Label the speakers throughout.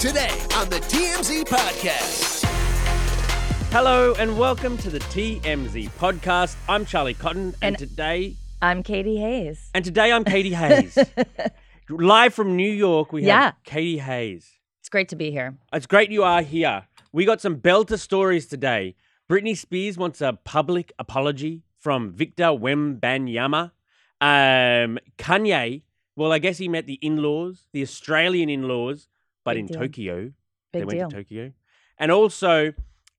Speaker 1: today on the TMZ Podcast.
Speaker 2: Hello and welcome to the TMZ podcast. I'm Charlie Cotton, and,
Speaker 3: And-
Speaker 2: today,
Speaker 3: I'm Katie Hayes.
Speaker 2: and today I'm Katie Hayes, live from New York. We
Speaker 3: Yeah.
Speaker 2: have Katie Hayes.
Speaker 3: It's great to be here.
Speaker 2: It's great you are here. We got some belter stories today. Britney Spears wants a public apology from Victor Wembanyama. Um, Kanye, well, I guess he met the in-laws, the Australian in-laws, but
Speaker 3: Big
Speaker 2: in
Speaker 3: deal.
Speaker 2: Tokyo. they
Speaker 3: Big
Speaker 2: went
Speaker 3: deal.
Speaker 2: to Tokyo. And also,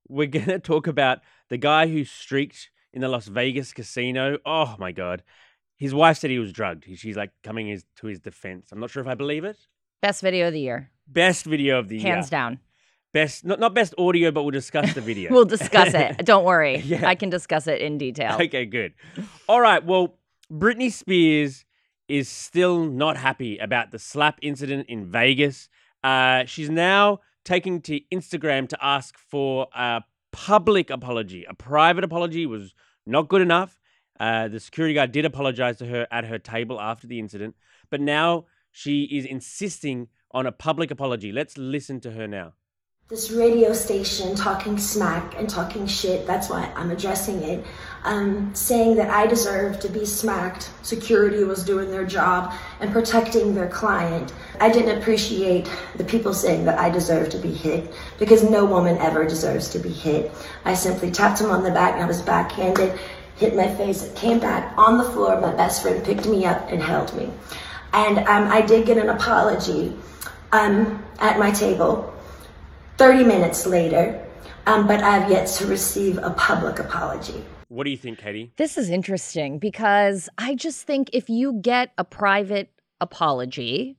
Speaker 2: we're going to talk about the guy who streaked in the Las Vegas casino. Oh my God. His wife said he was drugged. He- She's like coming his, to his defense. I'm not sure if I believe it.
Speaker 3: Best video of the year,
Speaker 2: Best video of the year.
Speaker 3: hands down.
Speaker 2: Best, not, not best audio, but we'll discuss the video.
Speaker 3: We'll discuss it. Don't worry.
Speaker 2: Yeah.
Speaker 3: I can discuss it in detail.
Speaker 2: Okay, good. All right. Well, Britney Spears is still not happy about the slap incident in Vegas. Uh, she's now taking to Instagram to ask for a public apology. A private apology was not good enough. Uh, the security guard did apologize to her at her table after the incident, but now she is insisting on a public apology. Let's listen to her now.
Speaker 4: this radio station talking smack and talking shit that's why i'm addressing it um, saying that i deserve to be smacked security was doing their job and protecting their client i didn't appreciate the people saying that i deserve to be hit because no woman ever deserves to be hit i simply tapped him on the back and i was backhanded hit my face it came back on the floor my best friend picked me up and held me and um, i did get an apology um, at my table 30 minutes later, um, but I've yet to receive a public apology.
Speaker 2: What do you think, Katie?
Speaker 3: This is interesting because I just think if you get a private apology,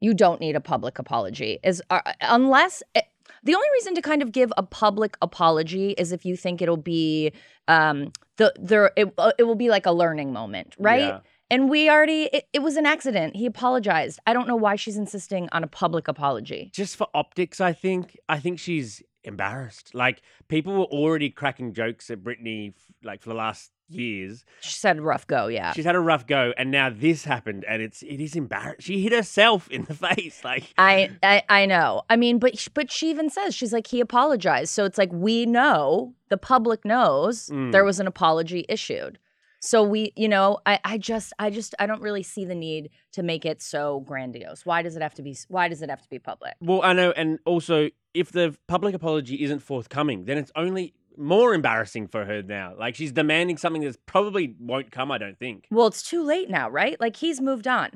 Speaker 3: you don't need a public apology. Is uh, unless eh, the only reason to kind of give a public apology is if you think it'll be um, the there it, uh, it will be like a learning moment, right?
Speaker 2: Yeah.
Speaker 3: And we already it, it was an accident. He apologized. I don't know why she's insisting on a public apology.
Speaker 2: just for optics, I think. I think she's embarrassed. Like people were already cracking jokes at Britney, f- like for the last years.
Speaker 3: She said rough go, yeah.
Speaker 2: She's had a rough go, and now this happened, and it's it is embarrassing. She hit herself in the face. Like
Speaker 3: I, I I know. I mean, but sh- but she even says she's like he apologized. So it's like we know the public knows
Speaker 2: Mm.
Speaker 3: there was an apology issued. So we, you know, I I just I just I don't really see the need to make it so grandiose. Why does it have to be? s- Why does it have to be public?
Speaker 2: Well, I know, and also if the public apology isn't forthcoming, then it's only more embarrassing for her now. Like she's demanding something that's probably won't come. I don't think
Speaker 3: Well, it's too late now, right? Like he's moved on.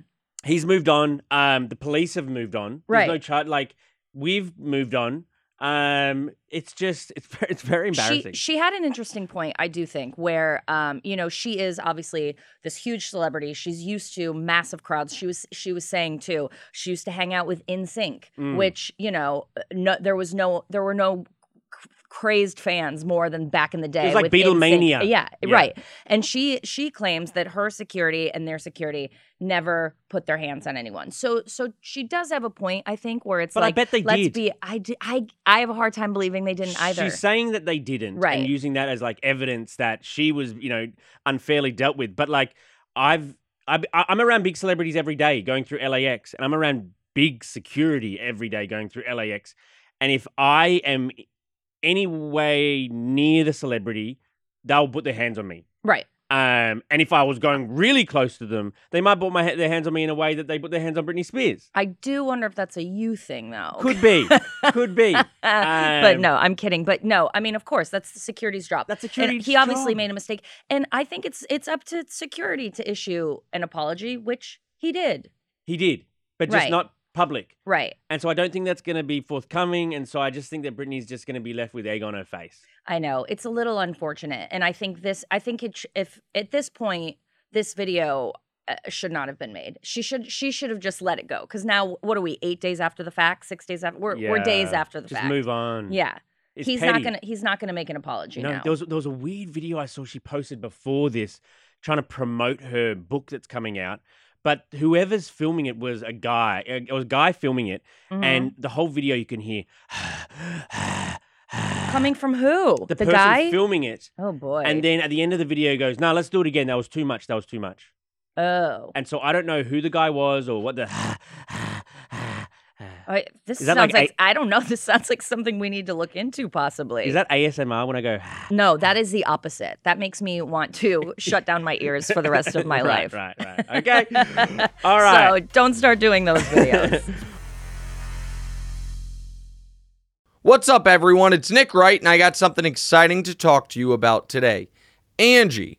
Speaker 2: he's moved on. Um, the police have moved on. There's no
Speaker 3: Right.
Speaker 2: chart. Like we've moved on. Um, it's just it's ver- it's very embarrassing.
Speaker 3: She, she had an interesting point, I do think, where um, you know, she is obviously this huge celebrity. She's used to massive crowds. She was she was saying too, she used to hang out with InSync,
Speaker 2: Mm.
Speaker 3: which, you know, uh, no there was no there were no c- crazed fans more than back in the day
Speaker 2: like
Speaker 3: with NSYNC.
Speaker 2: Beatlemania.
Speaker 3: Yeah,
Speaker 2: Yeah.
Speaker 3: right and she she claims that her security and their security never put their hands on anyone so so she does have a point i think where it's
Speaker 2: But I
Speaker 3: like
Speaker 2: bet they
Speaker 3: let's
Speaker 2: did.
Speaker 3: be I, d- I I have a hard time believing they didn't either
Speaker 2: She's saying that they didn't, and
Speaker 3: Right.
Speaker 2: using that as like evidence that she was, you know, unfairly dealt with. But like, I've, I've I- I'm around big celebrities every day going through LAX, and I'm around big security every day going through LAX, and if I am any way near the celebrity, they'll put their hands on me.
Speaker 3: right
Speaker 2: Um, and if I was going really close to them, they might put my ha- their hands on me in a way that they put their hands on Britney Spears.
Speaker 3: I do wonder if that's a you thing though.
Speaker 2: Could be, could be.
Speaker 3: Oh. but
Speaker 2: Um,
Speaker 3: no, I'm kidding. But no, I mean, of course, that's the security's job.
Speaker 2: That's
Speaker 3: And
Speaker 2: security's
Speaker 3: he obviously
Speaker 2: job.
Speaker 3: made a mistake, and I think it's it's up to security to issue an apology, which he did.
Speaker 2: He did, but just
Speaker 3: Right.
Speaker 2: not public.
Speaker 3: Right.
Speaker 2: And so I don't think that's going to be forthcoming. And so I just think that Britney's just going to be left with egg on her face.
Speaker 3: I know it's a little unfortunate, and I think this. I think it, sh- if at this point this video uh, should not have been made. She should she should have just let it go. Because now, what are we? Eight days after the fact, six days after. We're we're days
Speaker 2: Yeah,
Speaker 3: after the
Speaker 2: Just
Speaker 3: fact.
Speaker 2: move on.
Speaker 3: Yeah,
Speaker 2: It's
Speaker 3: he's
Speaker 2: petty.
Speaker 3: not gonna he's not gonna make an apology
Speaker 2: No,
Speaker 3: now.
Speaker 2: there was there was a weird video I saw she posted before this, trying to promote her book that's coming out. But whoever's filming it was a guy. It was a guy filming it,
Speaker 3: Mhm.
Speaker 2: and the whole video you can hear
Speaker 3: Coming from who?
Speaker 2: the,
Speaker 3: The,
Speaker 2: person
Speaker 3: guy?
Speaker 2: filming it.
Speaker 3: oh boy.
Speaker 2: And then at the end of the video goes, "No, let's do it again. That was too much. That was too much."
Speaker 3: oh.
Speaker 2: And so I don't know who the guy was or what the
Speaker 3: Oh, this
Speaker 2: Is that
Speaker 3: sounds
Speaker 2: like
Speaker 3: like, I I don't know. This sounds like something we need to look into possibly.
Speaker 2: Is that ASMR when I go?
Speaker 3: no, that is the opposite. That makes me want to shut down my ears for the rest of my
Speaker 2: right,
Speaker 3: life.
Speaker 2: Right, right. Okay. All right.
Speaker 3: So don't start doing those videos.
Speaker 5: What's up, everyone? It's Nick Wright, and I got something exciting to talk to you about today. Angie,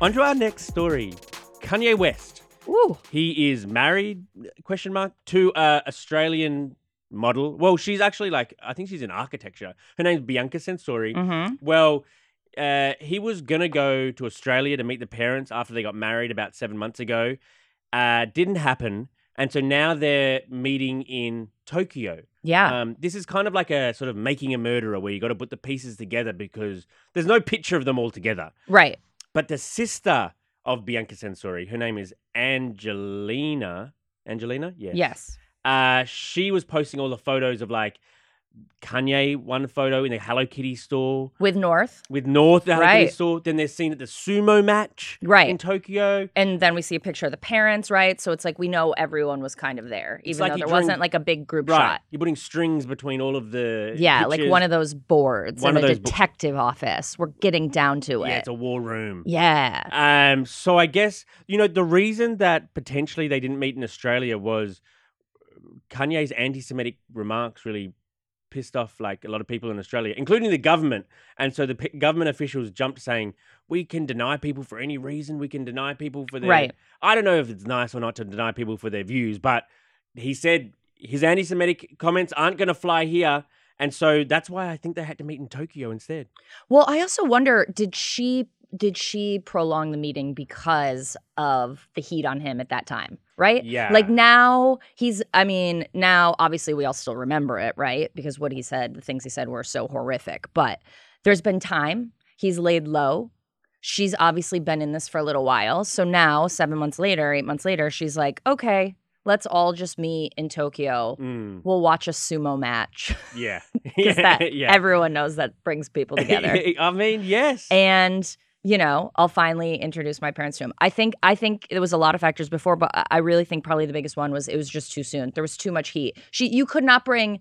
Speaker 2: On to our next story. Kanye West.
Speaker 3: Woo.
Speaker 2: He is married? Question mark to uh, Australian model. Well, she's actually like I think she's in architecture. Her name's Bianca Sensori.
Speaker 3: Mm-hmm.
Speaker 2: Well, uh, he was gonna go to Australia to meet the parents after they got married about seven months ago. Uh, didn't happen, and so now they're meeting in Tokyo.
Speaker 3: Yeah.
Speaker 2: Um, this is kind of like a sort of making a murderer where you got to put the pieces together because there's no picture of them all together.
Speaker 3: right.
Speaker 2: But the sister of Bianca Sensori, her name is Angelina. Angelina? Yeah.
Speaker 3: Yes.
Speaker 2: Uh, she was posting all the photos of like Kanye, one photo in the Hello Kitty store
Speaker 3: With North.
Speaker 2: with North, the Hello Kitty
Speaker 3: Right.
Speaker 2: store. Then they're seen at the sumo match
Speaker 3: Right.
Speaker 2: in Tokyo.
Speaker 3: And then we see a picture of the parents, right? So it's like we know everyone was kind of there, even
Speaker 2: like
Speaker 3: though
Speaker 2: you
Speaker 3: there
Speaker 2: drew-
Speaker 3: wasn't like a big group
Speaker 2: Right.
Speaker 3: shot.
Speaker 2: You're putting strings between all of the.
Speaker 3: Yeah, like one
Speaker 2: pictures.
Speaker 3: of those boards
Speaker 2: One of
Speaker 3: in a
Speaker 2: those bo-
Speaker 3: detective office. We're getting down to
Speaker 2: Yeah,
Speaker 3: it.
Speaker 2: it's a war room.
Speaker 3: yeah.
Speaker 2: Um, so I guess you know the reason that potentially they didn't meet in Australia was Kanye's anti-Semitic remarks really pissed off like a lot of people in Australia, including the government. And so the p- government officials jumped, saying, "We can deny people for any reason. We can deny people for their."
Speaker 3: Right.
Speaker 2: I don't know if it's nice or not to deny people for their views, but he said his anti-Semitic comments aren't going to fly here. And so that's why I think they had to meet in Tokyo instead.
Speaker 3: Well, I also wonder did she did she prolong the meeting because of the heat on him at that time, right?
Speaker 2: Yeah.
Speaker 3: Like now he's I mean, now obviously we all still remember it, right? Because what he said, the things he said were so horrific, but there's been time. He's laid low. She's obviously been in this for a little while. So now, 7 months later, 8 months later, she's like, "Okay, let's all just meet in Tokyo.
Speaker 2: Mm,
Speaker 3: We'll watch a sumo match."
Speaker 2: yeah.
Speaker 3: Cuz that
Speaker 2: yeah.
Speaker 3: everyone knows that brings people together.
Speaker 2: I mean, yes.
Speaker 3: and you know i'll finally introduce my parents to him i think i think there was a lot of factors before but I- i really think probably the biggest one was it was just too soon there was too much heat she you could not bring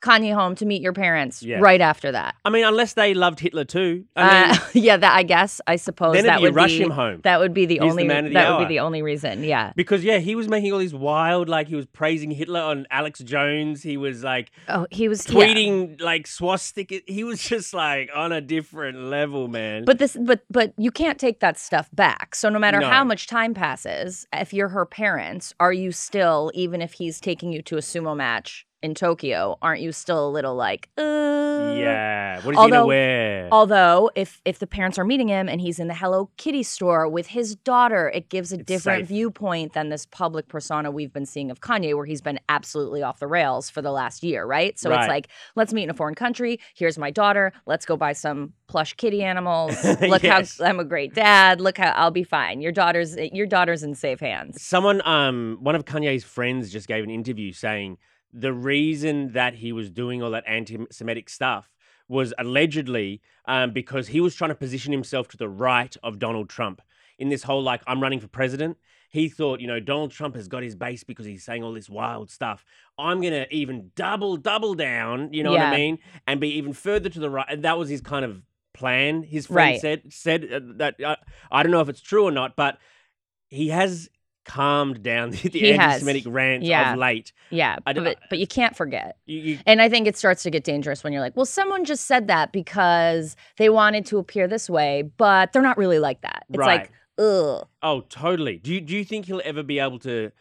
Speaker 3: kanye home to meet your parents
Speaker 2: Yeah.
Speaker 3: right after that
Speaker 2: I mean, unless they loved Hitler too. I mean,
Speaker 3: uh, yeah that i guess i suppose
Speaker 2: then
Speaker 3: that
Speaker 2: it'd be
Speaker 3: would
Speaker 2: rush
Speaker 3: be
Speaker 2: him home.
Speaker 3: that would be the
Speaker 2: He's the
Speaker 3: only
Speaker 2: man of the
Speaker 3: that
Speaker 2: hour.
Speaker 3: would be the only reason yeah
Speaker 2: because yeah, he was making all these wild, like he was praising Hitler on Alex Jones. He was like
Speaker 3: oh he was yeah.
Speaker 2: tweeting like swastika. He was just like on a different level, man.
Speaker 3: But this, but but you can't take that stuff back. So no matter
Speaker 2: No.
Speaker 3: how much time passes, if you're her parents, are you still, even if he's taking you to a sumo match in Tokyo, aren't you still a little like, uh?
Speaker 2: yeah, what is he gonna
Speaker 3: although-
Speaker 2: wear?
Speaker 3: Although if if the parents are meeting him and he's in the Hello Kitty store with his daughter, it gives a different
Speaker 2: safe.
Speaker 3: viewpoint than this public persona we've been seeing of Kanye, where he's been absolutely off the rails for the last year, right? So
Speaker 2: Right.
Speaker 3: it's like, let's meet in a foreign country. Here's my daughter. Let's go buy some plush kitty animals. Look
Speaker 2: Yes.
Speaker 3: how I'm a great dad. Look how I'll be fine. Your daughter's your daughter's in safe hands.
Speaker 2: Someone, um, one of Kanye's friends just gave an interview saying the reason that he was doing all that anti-Semitic stuff was allegedly um, because he was trying to position himself to the right of Donald Trump. in this whole like I'm running for president. He thought, you know, Donald Trump has got his base because he's saying all this wild stuff. I'm gonna even double, double down, you know what I
Speaker 3: Yeah.
Speaker 2: mean, and be even further to the right. And that was his kind of plan. His friend
Speaker 3: Right.
Speaker 2: said said uh, that uh, I don't know if it's true or not, but he has calmed down the,
Speaker 3: He has.
Speaker 2: anti-Semitic rants
Speaker 3: Yeah.
Speaker 2: of late.
Speaker 3: Yeah,
Speaker 2: I d-
Speaker 3: but, but you can't forget.
Speaker 2: You- you-
Speaker 3: And I think it starts to get dangerous when you're like, well, someone just said that because they wanted to appear this way, but they're not really like that. It's
Speaker 2: Right.
Speaker 3: like, ugh.
Speaker 2: Oh, totally. Do you do you think he'll ever be able to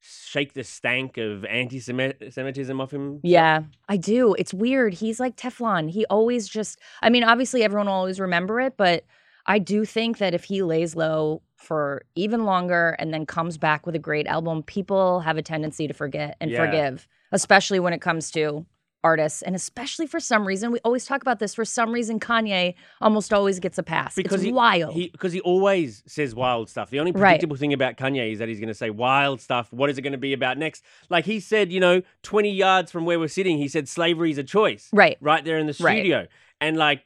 Speaker 2: shake the stank of anti-Semitism off him?
Speaker 3: Yeah, I do. It's weird. He's like Teflon. He always just, I mean, obviously everyone will always remember it, but I do think that if he lays low for even longer and then comes back with a great album, people have a tendency to forget and
Speaker 2: Yeah.
Speaker 3: forgive, especially when it comes to artists. And especially for some reason, we always talk about this. For some reason, Kanye almost always gets a pass.
Speaker 2: Because
Speaker 3: it's
Speaker 2: he-
Speaker 3: wild.
Speaker 2: He because he always says wild stuff. The only
Speaker 3: Right.
Speaker 2: predictable thing about Kanye is that he's going to say wild stuff. What is it going to be about next? Like he said, you know, twenty yards from where we're sitting, he said slavery is a choice.
Speaker 3: right.
Speaker 2: right there in the
Speaker 3: Right.
Speaker 2: studio. And like eh,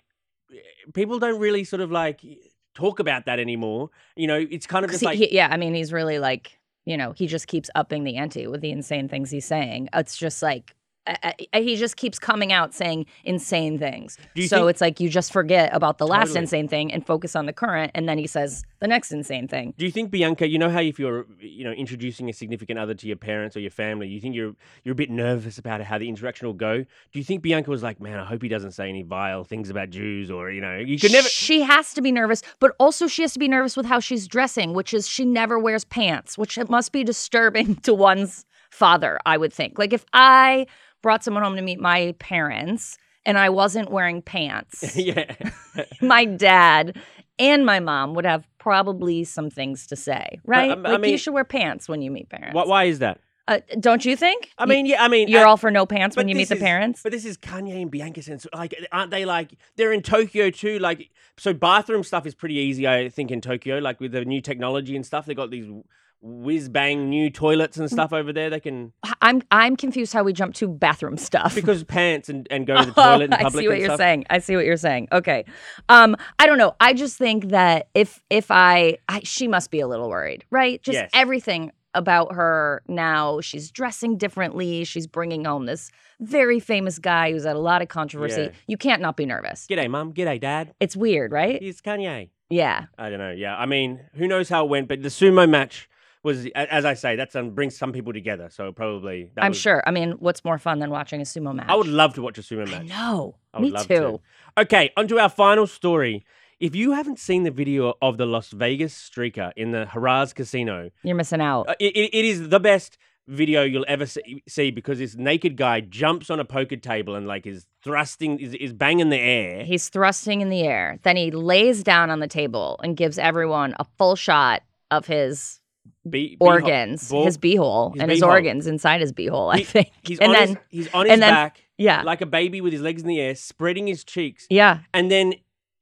Speaker 2: people don't really sort of like talk about that anymore. You know, it's kind of
Speaker 3: 'Cause
Speaker 2: just
Speaker 3: he-
Speaker 2: like
Speaker 3: he- yeah, I mean, he's really like, you know, he just keeps upping the ante with the insane things he's saying. It's just like, I, I, he just keeps coming out saying insane things.
Speaker 2: Do you
Speaker 3: So
Speaker 2: think-
Speaker 3: it's like you just forget about the last
Speaker 2: Totally.
Speaker 3: insane thing and focus on the current. And then he says the next insane thing.
Speaker 2: do you think Bianca, you know how if you're you know introducing a significant other to your parents or your family, you think you're you're a bit nervous about how the interaction will go? Do you think Bianca was like, "Man, I hope he doesn't say any vile things about Jews or, you know, you could never
Speaker 3: She has to be nervous, but also she has to be nervous with how she's dressing, which is she never wears pants, which it must be disturbing to one's father, I would think. Like if I brought someone home to meet my parents and I wasn't wearing pants.
Speaker 2: yeah.
Speaker 3: my dad and my mom would have probably some things to say, right?
Speaker 2: um, I
Speaker 3: like
Speaker 2: mean-
Speaker 3: you should wear pants when you meet parents.
Speaker 2: why, why is that?
Speaker 3: Uh, don't you think?
Speaker 2: I mean, yeah, I mean,
Speaker 3: you're
Speaker 2: uh,
Speaker 3: all for no pants when
Speaker 2: but
Speaker 3: you meet
Speaker 2: this
Speaker 3: the
Speaker 2: is-
Speaker 3: parents.
Speaker 2: But this is Kanye and Bianca sense. Like, aren't they like they're in Tokyo too? Like, so bathroom stuff is pretty easy, I think, in Tokyo. Like with the new technology and stuff, they got these whiz bang new toilets
Speaker 3: Mm.
Speaker 2: and stuff over there. They can
Speaker 3: I'm I'm confused how we jump to bathroom stuff.
Speaker 2: because pants and, and go to the
Speaker 3: Oh,
Speaker 2: toilet in public.
Speaker 3: I see what
Speaker 2: and
Speaker 3: you're
Speaker 2: stuff.
Speaker 3: saying. I see what you're saying. Okay. Um, I don't know. I just think that if if I, I she must be a little worried, right? Just
Speaker 2: Yes.
Speaker 3: everything about her now. She's dressing differently. She's bringing home this very famous guy who's had a lot of controversy.
Speaker 2: Yeah.
Speaker 3: You can't not be nervous.
Speaker 2: G'day, mum. G'day, dad.
Speaker 3: It's weird, right?
Speaker 2: It's Kanye.
Speaker 3: Yeah.
Speaker 2: I don't know. Yeah, I mean, who knows how it went? But the sumo match was, a- as I say, that's um, brings some people together. So probably, that
Speaker 3: I'm
Speaker 2: was-
Speaker 3: sure. I mean, what's more fun than watching a sumo match?
Speaker 2: I would love to watch a sumo match.
Speaker 3: No,
Speaker 2: I would
Speaker 3: me
Speaker 2: love
Speaker 3: too.
Speaker 2: To. Okay, onto our final story. If you haven't seen the video of the Las Vegas streaker in the Harrah's Casino,
Speaker 3: You're missing out.
Speaker 2: uh, it, it- it is the best video you'll ever see see because this naked guy jumps on a poker table and like is thrusting, is, is banging the air.
Speaker 3: He's thrusting in the air. Then he lays down on the table and gives everyone a full shot of his
Speaker 2: Be- beho-
Speaker 3: organs,
Speaker 2: ball-
Speaker 3: his beehole,
Speaker 2: his
Speaker 3: and his
Speaker 2: beehole.
Speaker 3: organs inside his beehole, I
Speaker 2: He-
Speaker 3: think.
Speaker 2: He's
Speaker 3: and
Speaker 2: on
Speaker 3: then,
Speaker 2: his, he's on his
Speaker 3: and then- Ah.
Speaker 2: back
Speaker 3: yeah,
Speaker 2: like a baby with his legs in the air, spreading his cheeks,
Speaker 3: yeah.
Speaker 2: and then.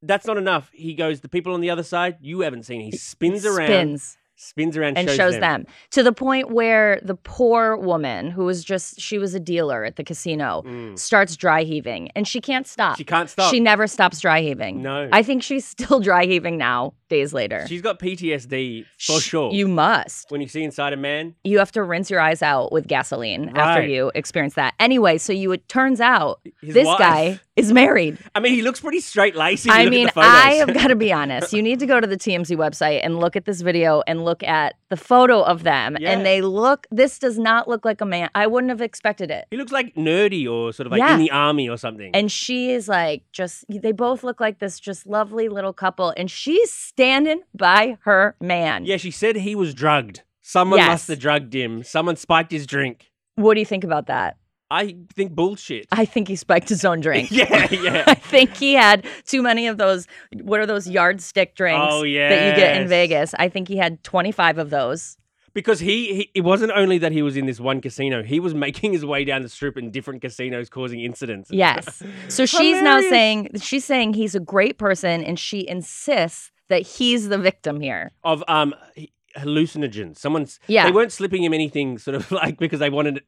Speaker 2: That's not enough. He goes, the people on the other side, you haven't seen. He spins around,
Speaker 3: Spins.
Speaker 2: spins around,
Speaker 3: and shows, them. to the point where the poor woman who was just she was a dealer at the casino
Speaker 2: Mm.
Speaker 3: starts dry heaving and she can't stop.
Speaker 2: She can't stop.
Speaker 3: She never stops dry heaving.
Speaker 2: No.
Speaker 3: I think she's still dry heaving now days later.
Speaker 2: She's got PTSD for
Speaker 3: Sh-
Speaker 2: sure.
Speaker 3: You must.
Speaker 2: when you see inside a man,
Speaker 3: You have to rinse your eyes out with gasoline after
Speaker 2: Right.
Speaker 3: you experience that. Anyway, so you it turns out
Speaker 2: his
Speaker 3: this
Speaker 2: wife-
Speaker 3: guy is married.
Speaker 2: I mean, he looks pretty straight laced.
Speaker 3: I mean, I have got to be honest. You need to go to the TMZ website and look at this video and look at the photo of them.
Speaker 2: Yeah.
Speaker 3: And they look, this does not look like a man. I wouldn't have expected it.
Speaker 2: He looks like nerdy or sort of like
Speaker 3: Yeah.
Speaker 2: in the army or something.
Speaker 3: And she is like, just, they both look like this just lovely little couple. And she's standing by her man.
Speaker 2: yeah, she said he was drugged. Someone
Speaker 3: Yes.
Speaker 2: must have drugged him. Someone spiked his drink.
Speaker 3: What do you think about that?
Speaker 2: I think bullshit.
Speaker 3: I think he spiked his own drink.
Speaker 2: yeah, yeah.
Speaker 3: I think he had too many of those. What are those yardstick drinks
Speaker 2: Oh,
Speaker 3: that you get in
Speaker 2: yes.
Speaker 3: Vegas? I think he had 25 of those.
Speaker 2: Because he, he, it wasn't only that he was in this one casino, he was making his way down the strip in different casinos causing incidents.
Speaker 3: Yes. So she's now
Speaker 2: Hilarious.
Speaker 3: saying she's saying he's a great person and she insists that he's the victim here.
Speaker 2: of um h- hallucinogens. Someone's
Speaker 3: Yeah.
Speaker 2: They weren't slipping him anything, sort of like because they wanted.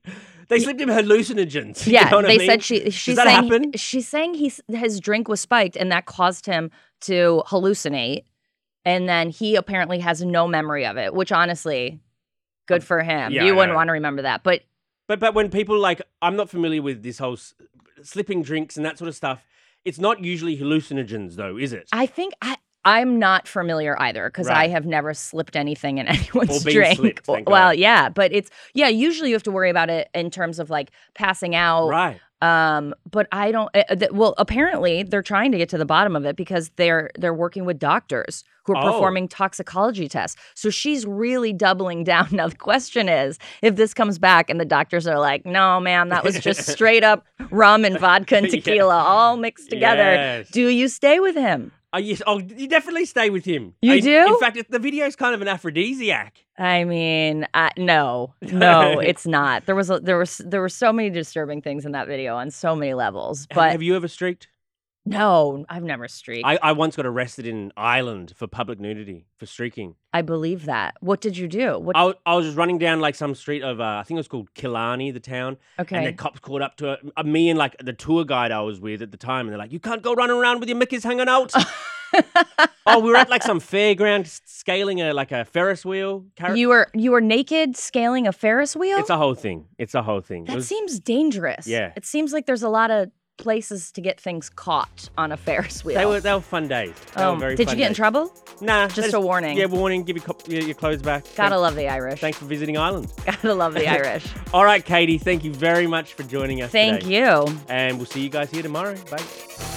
Speaker 2: They slipped him hallucinogens. you
Speaker 3: Yeah,
Speaker 2: know what I
Speaker 3: they
Speaker 2: mean?
Speaker 3: said she she's
Speaker 2: that
Speaker 3: saying
Speaker 2: happen?
Speaker 3: she's saying he's his drink was spiked and that caused him to hallucinate And then he apparently has no memory of it, which honestly, good for him.
Speaker 2: Um, yeah, I
Speaker 3: you wouldn't
Speaker 2: know.
Speaker 3: want to remember that. But
Speaker 2: But but when people like I'm not familiar with this whole s- slipping drinks and that sort of stuff. It's not usually hallucinogens though, is it?
Speaker 3: I think I I'm not familiar either because I
Speaker 2: Right.
Speaker 3: have never slipped anything in anyone's
Speaker 2: Or been
Speaker 3: drink.
Speaker 2: slipped, thank God.
Speaker 3: well, yeah, but it's yeah. Usually you have to worry about it in terms of like passing out.
Speaker 2: right.
Speaker 3: Um, but I don't. Uh, th- well, apparently they're trying to get to the bottom of it because they're they're working with doctors who are
Speaker 2: Oh.
Speaker 3: performing toxicology tests. So she's really doubling down. Now the question is, if this comes back and the doctors are like, "No, ma'am, that was just straight up rum and vodka and
Speaker 2: Yeah.
Speaker 3: tequila all mixed together,"
Speaker 2: Yes.
Speaker 3: do you stay with him?
Speaker 2: I yes, oh, you definitely stay with him.
Speaker 3: You
Speaker 2: I-
Speaker 3: do?
Speaker 2: In fact, it, the video's kind of an aphrodisiac.
Speaker 3: I mean, uh, no, no, it's not. There was a, there was there were so many disturbing things in that video on so many levels.
Speaker 2: Ha-
Speaker 3: But
Speaker 2: have you ever streaked?
Speaker 3: no, I've never streaked. I,
Speaker 2: I, I once got arrested in Ireland for public nudity for streaking.
Speaker 3: believe that. What did you do? What?
Speaker 2: I, wa- I was just running down like some street of uh, I think it was called Killarney, the town, and the
Speaker 3: okay.
Speaker 2: cops caught up to uh, me and like the tour guide I was with at the time, and they're like, "You can't go running around with your mickeys hanging out." oh, we were at like some fairground s- scaling a like a Ferris wheel. Car-
Speaker 3: you were you were naked scaling a Ferris wheel.
Speaker 2: it's a whole thing. It's a whole thing. It
Speaker 3: that
Speaker 2: was-
Speaker 3: seems dangerous.
Speaker 2: Yeah.
Speaker 3: It seems like there's a lot of places to get things caught on a Ferris wheel.
Speaker 2: they were they were fun days. They were
Speaker 3: Um,
Speaker 2: very
Speaker 3: did
Speaker 2: fun
Speaker 3: you get in
Speaker 2: days.
Speaker 3: trouble?
Speaker 2: Nah,
Speaker 3: Just a warning.
Speaker 2: Yeah, warning. Give your, cop- your, your clothes back.
Speaker 3: Gotta
Speaker 2: thanks,
Speaker 3: love the Irish.
Speaker 2: thanks for visiting Ireland.
Speaker 3: Gotta love the Irish.
Speaker 2: All right, Katie. Thank you very much for joining us.
Speaker 3: Thank
Speaker 2: today.
Speaker 3: you.
Speaker 2: And we'll see you guys here tomorrow. Bye.